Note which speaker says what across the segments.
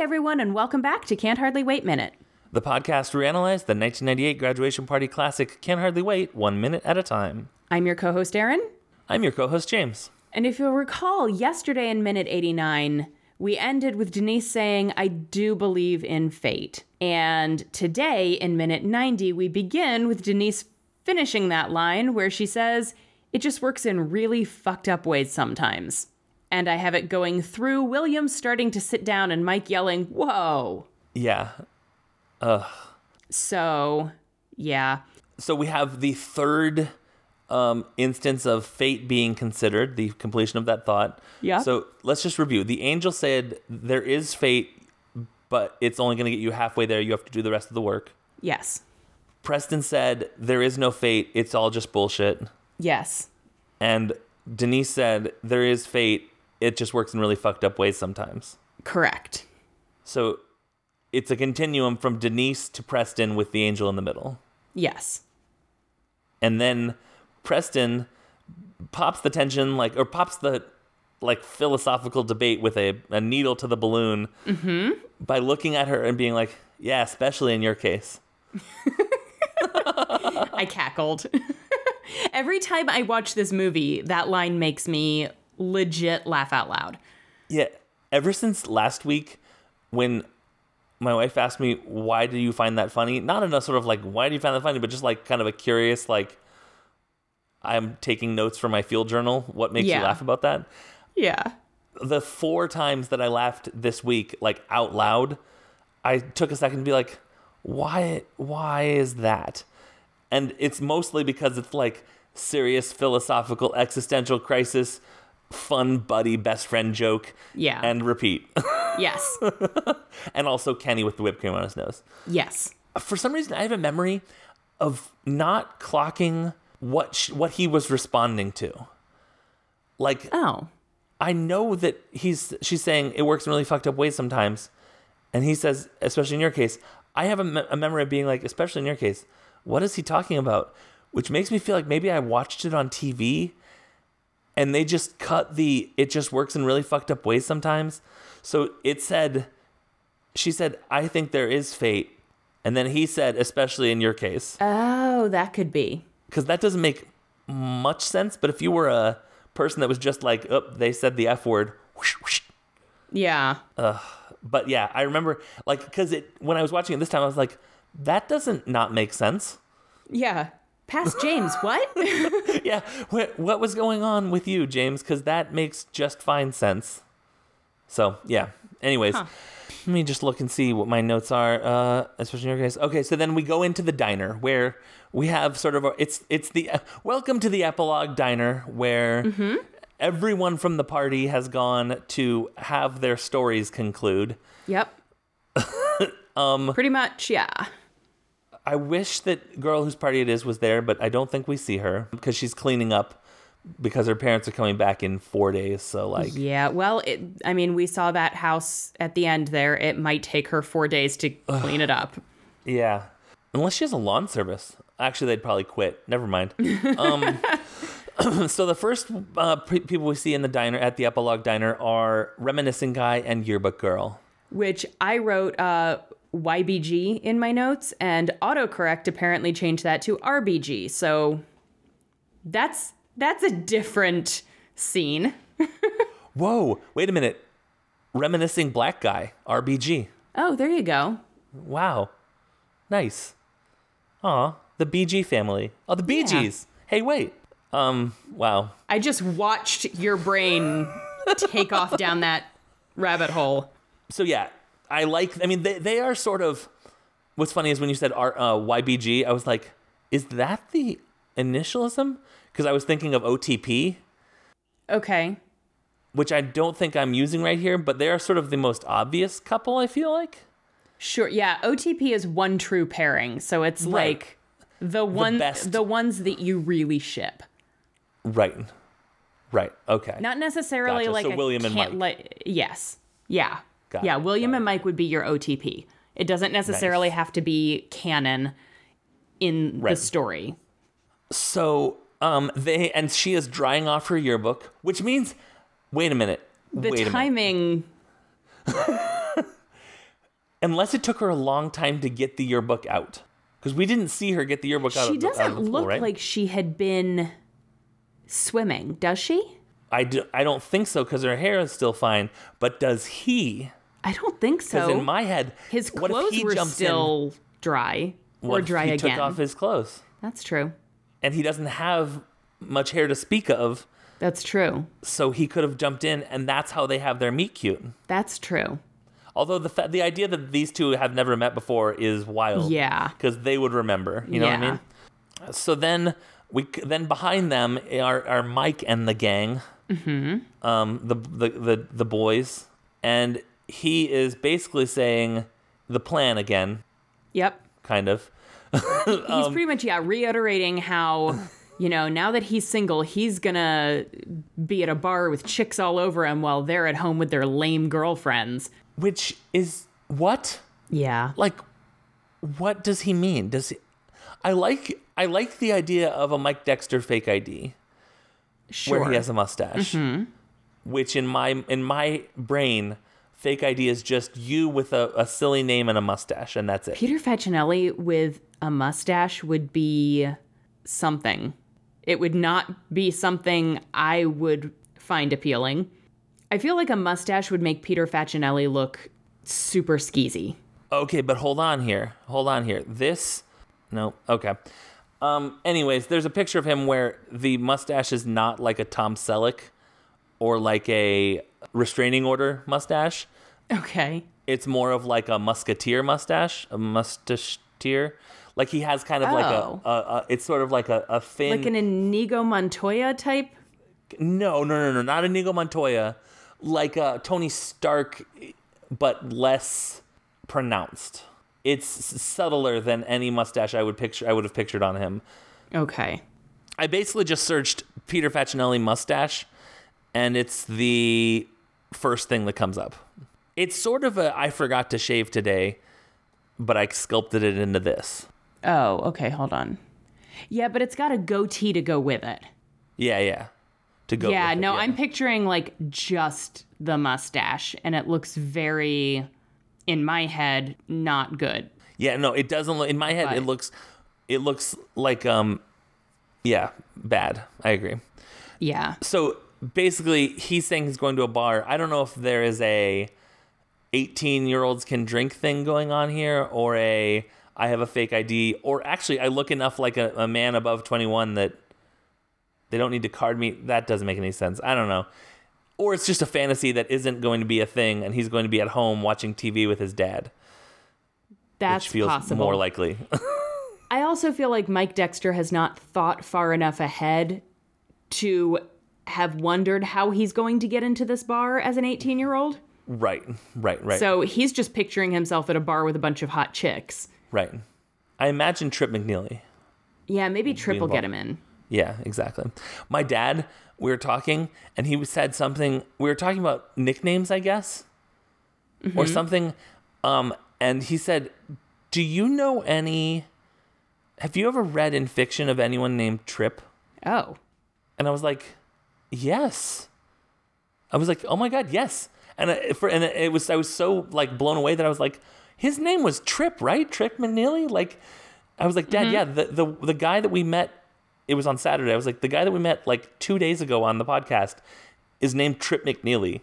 Speaker 1: everyone, and welcome back to Can't Hardly Wait Minute.
Speaker 2: The podcast reanalyzed the 1998 graduation party classic Can Hardly Wait one minute at a time.
Speaker 1: I'm your co host, Erin.
Speaker 2: I'm your co host, James.
Speaker 1: And if you'll recall, yesterday in minute 89, we ended with Denise saying, I do believe in fate. And today in minute 90, we begin with Denise finishing that line where she says, It just works in really fucked up ways sometimes. And I have it going through William starting to sit down and Mike yelling, Whoa.
Speaker 2: Yeah.
Speaker 1: So, yeah.
Speaker 2: So we have the third um, instance of fate being considered, the completion of that thought.
Speaker 1: Yeah.
Speaker 2: So let's just review. The angel said, There is fate, but it's only going to get you halfway there. You have to do the rest of the work.
Speaker 1: Yes.
Speaker 2: Preston said, There is no fate. It's all just bullshit.
Speaker 1: Yes.
Speaker 2: And Denise said, There is fate. It just works in really fucked up ways sometimes.
Speaker 1: Correct.
Speaker 2: So it's a continuum from Denise to Preston with the angel in the middle.
Speaker 1: Yes.
Speaker 2: And then Preston pops the tension like or pops the like philosophical debate with a, a needle to the balloon by looking at her and being like, Yeah, especially in your case.
Speaker 1: I cackled. Every time I watch this movie, that line makes me legit laugh out loud.
Speaker 2: Yeah. Ever since last week, when my wife asked me, why do you find that funny? Not in a sort of like, why do you find that funny, but just like kind of a curious, like, I'm taking notes for my field journal. What makes
Speaker 1: Yeah.
Speaker 2: you laugh about that?
Speaker 1: Yeah.
Speaker 2: The four times that I laughed this week, like out loud, I took a second to be like, why, why is that? And it's mostly because it's like serious philosophical existential crisis, fun buddy best friend joke.
Speaker 1: Yeah.
Speaker 2: And repeat.
Speaker 1: Yes.
Speaker 2: and also Kenny with the whipped cream on his nose.
Speaker 1: yes.
Speaker 2: For some reason, I have a memory of not clocking what sh- what he was responding to. Like
Speaker 1: Oh.
Speaker 2: I know that he's she's saying it works in really fucked up ways sometimes, and he says, especially in your case, I have a, me- a memory of being like, especially in your case, what is he talking about? Which makes me feel like maybe I watched it on TV, and they just cut the it just works in really fucked up ways sometimes. So it said, she said, I think there is fate, and then he said, especially in your case,
Speaker 1: Oh, that could be.
Speaker 2: because that doesn't make much sense. But if you were a person that was just like, oh, they said the f word. whoosh, whoosh,
Speaker 1: Yeah.
Speaker 2: but yeah, I remember like because it when I was watching it this time, I was like, that doesn't not make sense.
Speaker 1: Yeah. Past James, what?
Speaker 2: yeah, what what was going on with you, James? Because that makes just fine sense. So yeah. Anyways, let me just look and see what my notes are, uh, especially in your case. Okay, so then we go into the diner where we have sort of a, it's it's the welcome to the epilogue diner where. Everyone from the party has gone to have their stories conclude.
Speaker 1: yep. um pretty much, yeah.
Speaker 2: I wish that girl whose party it is was there, but I don't think we see her because she's cleaning up because her parents are coming back in four days. So like,
Speaker 1: Yeah. Well, it, I mean, we saw that house at the end there. It might take her 4 days to clean it up.
Speaker 2: yeah, unless she has a lawn service. Actually, they'd probably quit. Never mind. Um, so the first uh, pe- people we see in the diner at the epilogue diner are reminiscing guy and yearbook girl.
Speaker 1: which I wrote uh, YBG in my notes, and autocorrect apparently changed that to RBG. So that's that's a different scene.
Speaker 2: Whoa! Wait a minute. Reminiscing black guy. RBG.
Speaker 1: Oh, there you go.
Speaker 2: Wow. Nice. Aw, the BG family. Oh, the BGs. Hey, wait. Um, wow.
Speaker 1: I just watched your brain take off down that rabbit hole.
Speaker 2: So, yeah, I like, I mean, they, they are sort of, what's funny is when you said R, uh, YBG, I was like, is that the initialism? Because I was thinking of OTP,
Speaker 1: Okay.
Speaker 2: which I don't think I'm using right here, but they are sort of the most obvious couple, I feel like.
Speaker 1: Sure. Yeah, OTP is one true pairing, so it's
Speaker 2: Right.
Speaker 1: like the one
Speaker 2: best.
Speaker 1: the ones that you really ship.
Speaker 2: Right. Right. Okay.
Speaker 1: Not necessarily
Speaker 2: Gotcha.
Speaker 1: like
Speaker 2: So
Speaker 1: a
Speaker 2: William and
Speaker 1: can't
Speaker 2: Mike.
Speaker 1: let- yes. Yeah.
Speaker 2: Got
Speaker 1: yeah.
Speaker 2: it,
Speaker 1: William
Speaker 2: got
Speaker 1: and Mike would be your OTP. It doesn't necessarily
Speaker 2: Nice.
Speaker 1: have to be canon in the
Speaker 2: Right.
Speaker 1: story.
Speaker 2: So um they and she is drying off her yearbook, which means wait a minute.
Speaker 1: The
Speaker 2: wait a minute.
Speaker 1: timing.
Speaker 2: unless it took her a long time to get the yearbook out. Because we didn't see her get the yearbook out.
Speaker 1: she
Speaker 2: of the- out
Speaker 1: doesn't
Speaker 2: of the pool,
Speaker 1: look
Speaker 2: right?
Speaker 1: like she had been swimming, does she?
Speaker 2: I, do, I don't think so because her hair is still fine. But does he?
Speaker 1: I don't think
Speaker 2: Because
Speaker 1: so.
Speaker 2: in my head,
Speaker 1: his
Speaker 2: what if
Speaker 1: clothes
Speaker 2: he
Speaker 1: were
Speaker 2: jumps in?
Speaker 1: still dry
Speaker 2: What
Speaker 1: or
Speaker 2: if
Speaker 1: dry
Speaker 2: he
Speaker 1: again.
Speaker 2: took off his clothes,
Speaker 1: That's true.
Speaker 2: and he doesn't have much hair to speak of,
Speaker 1: That's true.
Speaker 2: so he could have jumped in, and that's how they have their meet cute.
Speaker 1: That's true.
Speaker 2: Although the fa- the idea that these two have never met before is wild.
Speaker 1: Yeah.
Speaker 2: because they would remember. You know what
Speaker 1: Yeah.
Speaker 2: I mean? So then we c- then behind them are, are Mike and the gang, mm-hmm. um, the, the the the boys, and he is basically saying the plan again,
Speaker 1: Yep.
Speaker 2: kind of.
Speaker 1: He's pretty much yeah reiterating how you know now that he's single he's gonna be at a bar with chicks all over him while they're at home with their lame girlfriends.
Speaker 2: Which is what
Speaker 1: Yeah.
Speaker 2: like, what does he mean? Does he? I like I like the idea of a Mike Dexter fake ID.
Speaker 1: Sure. Mm-hmm.
Speaker 2: where he has a mustache, which in my in my brain, fake ID is just you with a, a silly name and a mustache, and that's it.
Speaker 1: Peter Facinelli with a mustache would be something. It would not be something I would find appealing. I feel like a mustache would make Peter Facinelli look super skeezy.
Speaker 2: Okay, but hold on here, hold on here. This, no, okay. Um, anyways, there's a picture of him where the mustache is not like a Tom Selleck or like a restraining order mustache.
Speaker 1: Okay.
Speaker 2: It's more of like a musketeer mustache, a mustacheteer. Like he has kind of like
Speaker 1: Oh.
Speaker 2: a, a, a, it's sort of like a, a thin,
Speaker 1: Like an Inigo Montoya type?
Speaker 2: No, no, no, no, not Inigo Montoya. Like uh, Tony Stark, but less pronounced. It's s- subtler than any mustache I would picture. I would have pictured on him.
Speaker 1: Okay.
Speaker 2: I basically just searched Peter Facinelli mustache, and it's the first thing that comes up. It's sort of a I forgot to shave today, but I sculpted it into this.
Speaker 1: Oh, okay. Hold on. Yeah, but it's got a goatee to go with it.
Speaker 2: Yeah, yeah. To go.
Speaker 1: yeah,
Speaker 2: with it,
Speaker 1: no, I'm picturing like just the mustache, and it looks very, in my head, not good.
Speaker 2: Yeah, no, it doesn't look in my head it
Speaker 1: Right.
Speaker 2: looks it looks like um yeah, bad. I agree.
Speaker 1: Yeah.
Speaker 2: So basically he's saying he's going to a bar. I don't know if there is a 18 year olds can drink thing going on here or a I have a fake ID or actually I look enough like a, a man above 21 that they don't need to card me. That doesn't make any sense. I don't know. Or it's just a fantasy that isn't going to be a thing and he's going to be at home watching TV with his dad,
Speaker 1: That's
Speaker 2: which feels
Speaker 1: possible.
Speaker 2: more likely.
Speaker 1: I also feel like Mike Dexter has not thought far enough ahead to have wondered how he's going to get into this bar as an 18 year old.
Speaker 2: Right, right, right,
Speaker 1: So he's just picturing himself at a bar with a bunch of hot chicks.
Speaker 2: right. I imagine Trip McNeely.
Speaker 1: Yeah, maybe Trip will get
Speaker 2: involved.
Speaker 1: him in.
Speaker 2: Yeah, exactly. My dad, we were talking, and he said something. We were talking about nicknames, I guess, or something. Um, and he said, "Do you know any? Have you ever read in fiction of anyone named Trip?"
Speaker 1: Oh,
Speaker 2: And I was like, "Yes." I was like, "Oh my god, yes!" And I, for and it was I was so like blown away that I was like, "His name was Trip, right? Trip McNeely." Like, I was like, "Dad,
Speaker 1: Mm-hmm.
Speaker 2: yeah, the the the guy that we met, it was on Saturday." I was like, "The guy that we met like two days ago on the podcast is named Trip McNeely,"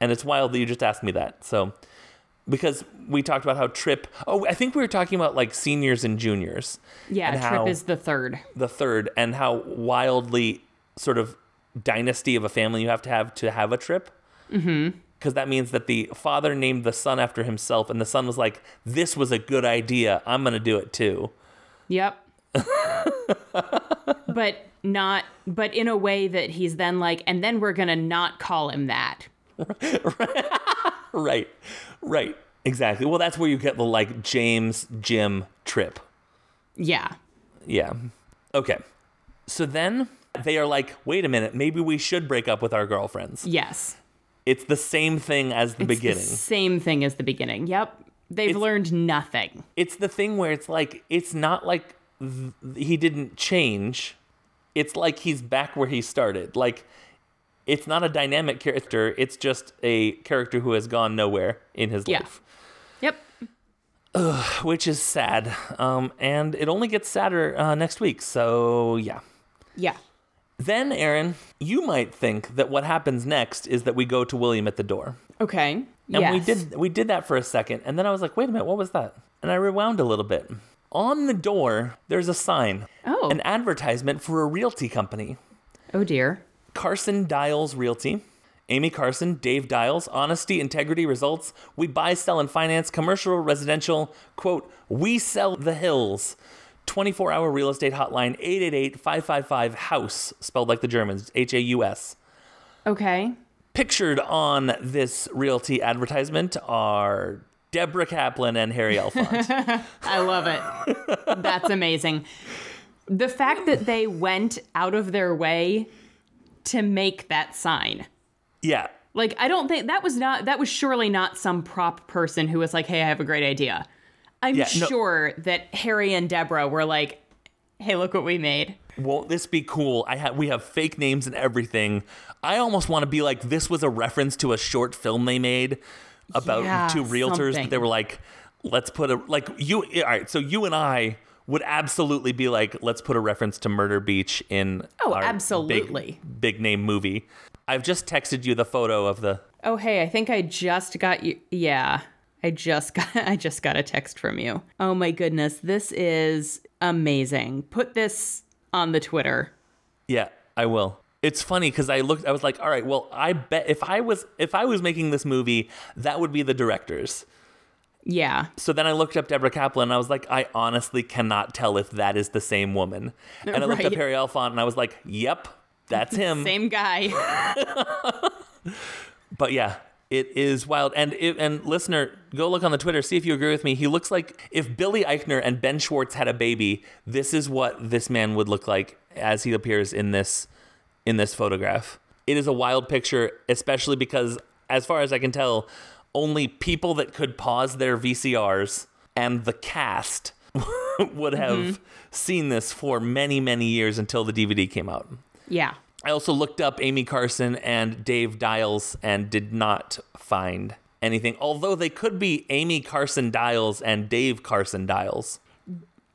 Speaker 2: and it's wild that you just asked me that. So. Because we talked about how Trip. Oh, I think we were talking about like seniors and juniors.
Speaker 1: yeah,
Speaker 2: and
Speaker 1: Trip
Speaker 2: how-
Speaker 1: is the third.
Speaker 2: the third and how wildly sort of dynasty of a family you have to have to have a trip. Because mm-hmm. that means that the father named the son after himself, and the son was like, "This was a good idea. I'm gonna do it too."
Speaker 1: Yep. but not, but in a way that he's then like, and then we're going to not call him that.
Speaker 2: Right, right, exactly. Well, that's where you get the like James Jim trip.
Speaker 1: Yeah.
Speaker 2: Yeah. Okay. So then they are like, "Wait a minute. Maybe we should break up with our girlfriends."
Speaker 1: Yes.
Speaker 2: It's the same thing as the
Speaker 1: It's the
Speaker 2: beginning.
Speaker 1: same thing as the beginning. Yep. They've learned nothing.
Speaker 2: it's the thing where it's like it's not like th- he didn't change it's like he's back where he started like it's not a dynamic character it's just a character who has gone nowhere in his
Speaker 1: Yeah.
Speaker 2: life
Speaker 1: Yep.
Speaker 2: which is sad. Um, and it only gets sadder uh, next week. So, yeah.
Speaker 1: Yeah.
Speaker 2: Then, Aaron, you might think that what happens next is that we go to William at the door.
Speaker 1: Okay.
Speaker 2: And
Speaker 1: yes.
Speaker 2: we did we did that for a second, and then I was like, wait a minute, what was that? And I rewound a little bit. On the door, there's a sign.
Speaker 1: Oh.
Speaker 2: An advertisement for a realty company.
Speaker 1: Oh dear.
Speaker 2: Carson Dials Realty. Amy Carson, Dave Dials, honesty, integrity, results. We buy, sell, and finance commercial, residential. Quote, we sell the hills. 24 hour real estate hotline, 888 555 House, spelled like the Germans, H A U S.
Speaker 1: Okay.
Speaker 2: Pictured on this realty advertisement are Deborah Kaplan and Harry Elfont.
Speaker 1: I love it. That's amazing. The fact that they went out of their way to make that sign.
Speaker 2: yeah.
Speaker 1: Like I don't think that was not that was surely not some prop person who was like, "Hey, I have a great idea." I'm
Speaker 2: Yeah, no.
Speaker 1: sure that Harry and Deborah were like, "Hey, look what we made."
Speaker 2: Won't this be cool? I ha- we have fake names and everything. I almost want to be like this was a reference to a short film they made about
Speaker 1: Yeah,
Speaker 2: two realtors,
Speaker 1: something.
Speaker 2: but they were like, let's put a like you. All right, so you and I would absolutely be like, let's put a reference to Murder Beach in
Speaker 1: Oh,
Speaker 2: our big-
Speaker 1: absolutely.
Speaker 2: big name movie. I've just texted you the photo of the
Speaker 1: Oh, hey, I think I just got you. Yeah. I just got I just got a text from you. Oh my goodness, this is amazing. Put this on the Twitter.
Speaker 2: Yeah, I will. It's funny because I looked. I was like, all right, well, I bet if I was if I was making this movie, that would be the directors.
Speaker 1: Yeah.
Speaker 2: So then I looked up Deborah Kaplan and I was like, I honestly cannot tell if that is the same woman. And I looked up
Speaker 1: Right.
Speaker 2: Harry Elfont and I was like, yep, that's him.
Speaker 1: Same guy.
Speaker 2: But yeah, it is wild. And it, and listener, go look on the Twitter, see if you agree with me. He looks like if Billy Eichner and Ben Schwartz had a baby, this is what this man would look like as he appears in this in this photograph. It is a wild picture, especially because as far as I can tell, only people that could pause their VCRs and the cast would have seen this for many, many years until the DVD came out.
Speaker 1: yeah.
Speaker 2: I also looked up Amy Carson and Dave Dials and did not find anything. Although they could be Amy Carson Dials and Dave Carson Dials.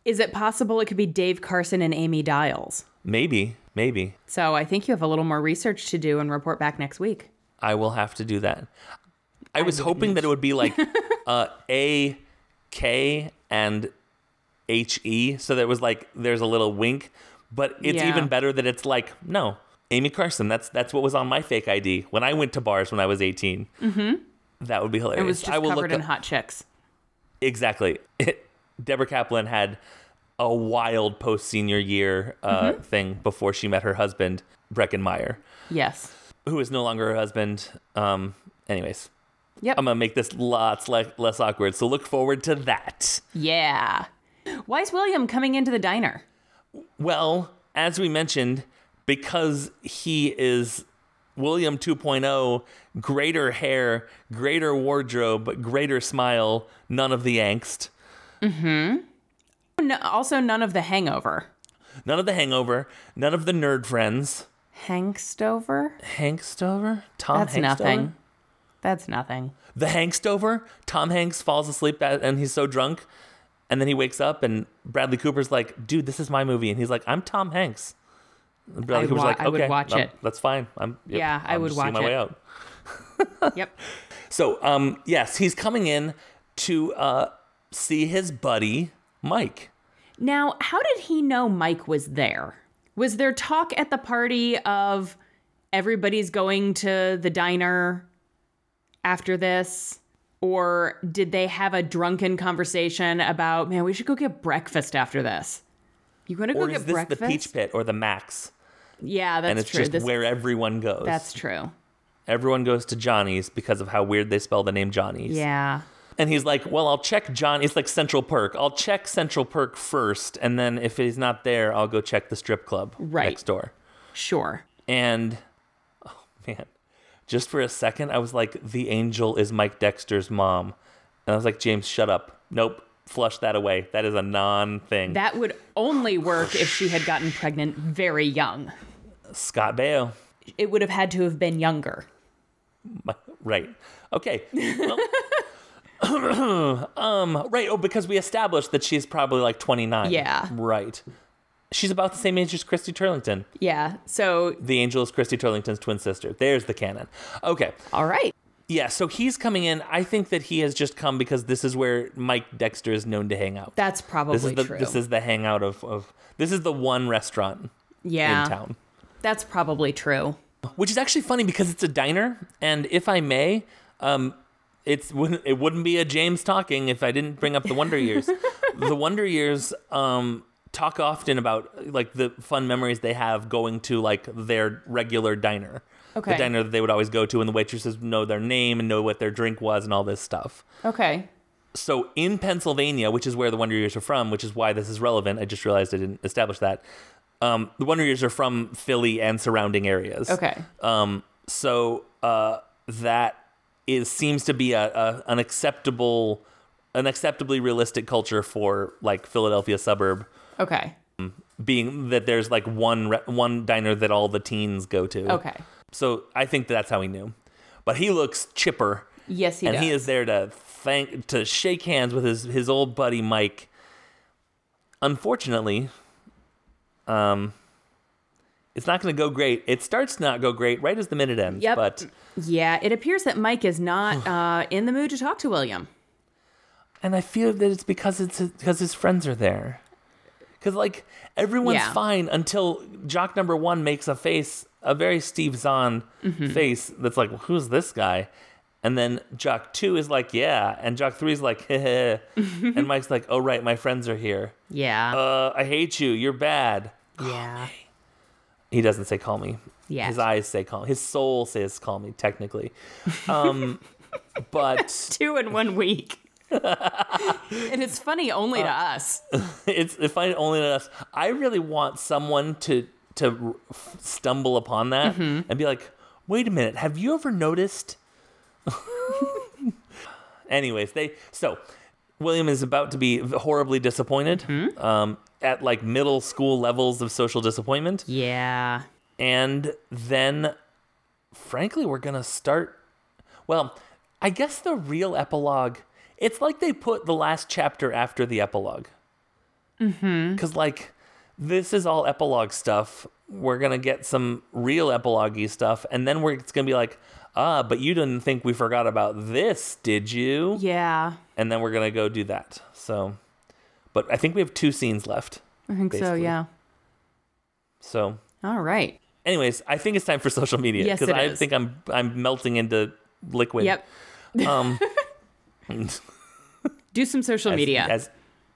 Speaker 1: Is it possible it could be Dave Carson and Amy Dials?
Speaker 2: Maybe, maybe.
Speaker 1: So I think you have a little more research to do and report back next week.
Speaker 2: I will have to do that. I was hoping that it would be like uh, A, K, and H E. So there was like there's a little wink, but it's
Speaker 1: Yeah.
Speaker 2: even better that it's like no, Amy Carson. That's that's what was on my fake ID when I went to bars when I was 18. Mm-hmm. That would be hilarious.
Speaker 1: It was just
Speaker 2: I will
Speaker 1: covered
Speaker 2: look
Speaker 1: in
Speaker 2: up,
Speaker 1: hot chicks.
Speaker 2: exactly. Deborah Kaplan had a wild post senior year uh, thing before she met her husband Brecken Meyer,
Speaker 1: Yes.
Speaker 2: who is no longer her husband. Um, anyways,
Speaker 1: Yep.
Speaker 2: I'm gonna make this lots le- less awkward. So look forward to that.
Speaker 1: yeah. Why's William coming into the diner?
Speaker 2: Well, as we mentioned, because he is William 2.0, greater hair, greater wardrobe, greater smile, none of the angst,
Speaker 1: No, also, none of the hangover.
Speaker 2: none of the hangover, none of the nerd friends.
Speaker 1: Hankstover?
Speaker 2: Hankstover? Tom
Speaker 1: That's
Speaker 2: Hankstover?
Speaker 1: nothing. That's nothing.
Speaker 2: The Hankstover? Tom Hanks falls asleep at, and he's so drunk. And then he wakes up and Bradley Cooper's like, dude, this is my movie. And he's like, I'm Tom Hanks. And Bradley
Speaker 1: I
Speaker 2: Cooper's
Speaker 1: wa-
Speaker 2: like, okay,
Speaker 1: I would watch
Speaker 2: um,
Speaker 1: it."
Speaker 2: that's fine. I'm, yep,
Speaker 1: Yeah, I
Speaker 2: I'm
Speaker 1: would
Speaker 2: just seeing
Speaker 1: watch
Speaker 2: my way
Speaker 1: it.
Speaker 2: out.
Speaker 1: yep.
Speaker 2: So, um, yes, he's coming in to uh, see his buddy Mike.
Speaker 1: Now, how did he know Mike was there? Was there talk at the party of everybody's going to the diner after this? Or did they have a drunken conversation about, man, we should go get breakfast after this? You gonna go
Speaker 2: Or
Speaker 1: get
Speaker 2: is this
Speaker 1: breakfast?
Speaker 2: the Peach Pit or the Max?
Speaker 1: Yeah, that's
Speaker 2: And it's
Speaker 1: true.
Speaker 2: just
Speaker 1: This-
Speaker 2: where everyone goes.
Speaker 1: that's true.
Speaker 2: everyone goes to Johnny's because of how weird they spell the name Johnny's.
Speaker 1: Yeah.
Speaker 2: And he's like, "Well, I'll check John. It's like Central Perk. I'll check Central Perk first, and then if he's not there, I'll go check the strip club
Speaker 1: Right.
Speaker 2: next door."
Speaker 1: Sure.
Speaker 2: And oh man, just for a second, I was like, "The angel is Mike Dexter's mom," and I was like, "James, shut up. Nope, flush that away. That is a non-thing."
Speaker 1: That would only work if she had gotten pregnant very young.
Speaker 2: Scott Baio,
Speaker 1: It would have had to have been younger.
Speaker 2: My- right? Okay. Well, um, right. Oh, because we established that she's probably like 29.
Speaker 1: Yeah.
Speaker 2: Right. She's about the same age as Christy Turlington.
Speaker 1: Yeah. So,
Speaker 2: The angel is Christy Turlington's twin sister. There's the canon. Okay.
Speaker 1: all right.
Speaker 2: Yeah. So he's coming in. I think that he has just come because this is where Mike Dexter is known to hang out.
Speaker 1: That's probably
Speaker 2: this is the
Speaker 1: true.
Speaker 2: this is the hangout of, of this is the one restaurant
Speaker 1: yeah.
Speaker 2: in town.
Speaker 1: That's probably true.
Speaker 2: which is actually funny because it's a diner and if i may um it's wouldn't it wouldn't be a james talking if i didn't bring up the wonder years the wonder years um talk often about like the fun memories they have going to like their regular diner
Speaker 1: Okay.
Speaker 2: the diner that they would always go to and the waitresses know their name and know what their drink was and all this stuff
Speaker 1: Okay.
Speaker 2: so in Pennsylvania, which is where the Wonder Years are from, which is why this is relevant. I just realized I didn't establish that. Um, the Wonder Years are from Philly and surrounding areas.
Speaker 1: Okay.
Speaker 2: Um, so uh, that is seems to be a, a an acceptable, an acceptably realistic culture for like Philadelphia suburb
Speaker 1: Okay.
Speaker 2: being that there's like one re- one diner that all the teens go to.
Speaker 1: Okay.
Speaker 2: So I think that's how he knew, but he looks chipper
Speaker 1: Yes, he
Speaker 2: and
Speaker 1: does.
Speaker 2: he is there to thank to shake hands with his his old buddy Mike. Unfortunately, um, it's not going to go great. It starts to not go great right as the minute ends.
Speaker 1: Yep.
Speaker 2: But
Speaker 1: Yeah, it appears that Mike is not uh, in the mood to talk to William.
Speaker 2: and I feel that it's because it's because his friends are there. Because like everyone's
Speaker 1: Yeah.
Speaker 2: fine until jock number one makes a face, a very Steve Zahn face that's like, who's this guy? And then jock two is like, yeah, and jock three is like, "Heh heh. and Mike's like, oh right, my friends are here.
Speaker 1: Yeah.
Speaker 2: uh, I hate you. You're bad.
Speaker 1: yeah.
Speaker 2: He doesn't say call me.
Speaker 1: Yet.
Speaker 2: His eyes say call me. His soul says call me, technically. Um, but
Speaker 1: Two in one week. and it's funny only to
Speaker 2: Uh,
Speaker 1: us.
Speaker 2: it's if I only know us. I really want someone to to f- stumble upon that and be like, wait a minute, have you ever noticed? Anyways, they so William is about to be horribly disappointed um, at like middle school levels of social disappointment.
Speaker 1: Yeah.
Speaker 2: And then, frankly, we're going to start. Well, I guess the real epilogue, it's like they put the last chapter after the epilogue. Because, like, this is all epilogue stuff. We're going to get some real epilogue stuff. And then we're, it's going to be like, ah, but you didn't think we forgot about this, did you?
Speaker 1: Yeah.
Speaker 2: And then we're going to go do that. So, but I think we have two scenes left.
Speaker 1: I think so,
Speaker 2: Basically.
Speaker 1: yeah.
Speaker 2: So,
Speaker 1: All right.
Speaker 2: Anyways, I think it's time for social media
Speaker 1: Yes,
Speaker 2: because
Speaker 1: it
Speaker 2: I
Speaker 1: is.
Speaker 2: think I'm I'm melting into liquid.
Speaker 1: Yep.
Speaker 2: Um,
Speaker 1: Do some social
Speaker 2: as-
Speaker 1: media.
Speaker 2: as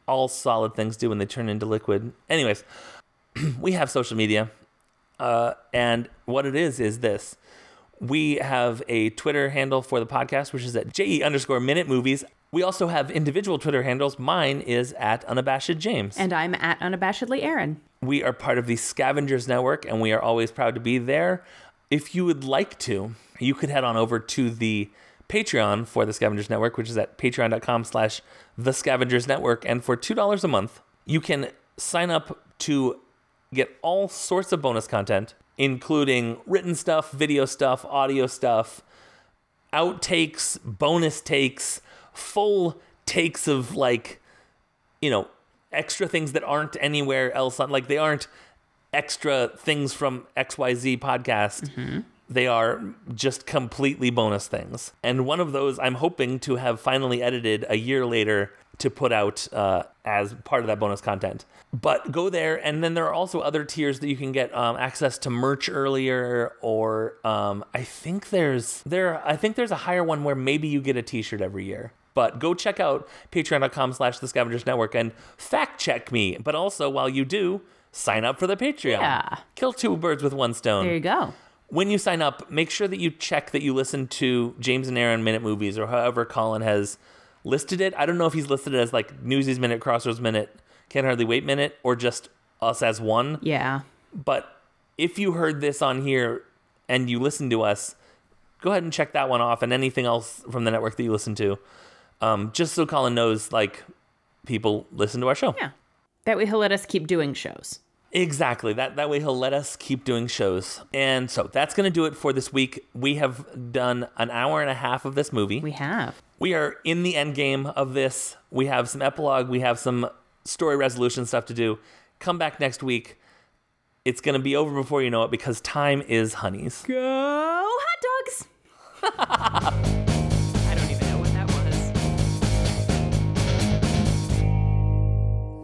Speaker 2: all solid things do when they turn into liquid. Anyways, we have social media, uh, and what it is is this: we have a Twitter handle for the podcast, which is at je underscore minute movies. We also have individual Twitter handles. Mine is at unabashed James.
Speaker 1: and I'm at unabashedly Aaron.
Speaker 2: We are part of the Scavengers Network, and we are always proud to be there. If you would like to, you could head on over to the Patreon for the Scavengers Network, which is at patreon.com slash the Scavengers Network. And for $2 a month, you can sign up to get all sorts of bonus content, including written stuff, video stuff, audio stuff, outtakes, bonus takes, full takes of like you know extra things that aren't anywhere else on like they aren't extra things from xyz podcast they are just completely bonus things and one of those i'm hoping to have finally edited a year later to put out uh, as part of that bonus content but go there and then there are also other tiers that you can get um, access to merch earlier or um, i think there's there i think there's a higher one where maybe you get a t-shirt every year but go check out patreon.com slash the scavengers network and fact check me. But also, while you do, sign up for the Patreon.
Speaker 1: Yeah.
Speaker 2: Kill two birds with one stone.
Speaker 1: There you go.
Speaker 2: When you sign up, make sure that you check that you listen to James and Aaron Minute Movies or however Colin has listed it. I don't know if he's listed it as like Newsies Minute, Crossroads Minute, Can't Hardly Wait Minute, or just us as one.
Speaker 1: Yeah.
Speaker 2: But if you heard this on here and you listen to us, go ahead and check that one off and anything else from the network that you listen to. Um, just so Colin knows, like, people listen to our show.
Speaker 1: Yeah. That way he'll let us keep doing shows.
Speaker 2: Exactly. That that way he'll let us keep doing shows. And so that's going to do it for this week. We have done an hour and a half of this movie.
Speaker 1: We have.
Speaker 2: We are in the end game of this. We have some epilogue, we have some story resolution stuff to do. Come back next week. It's going to be over before you know it because time is honeys.
Speaker 1: Go hot dogs.
Speaker 3: I don't even know what that was.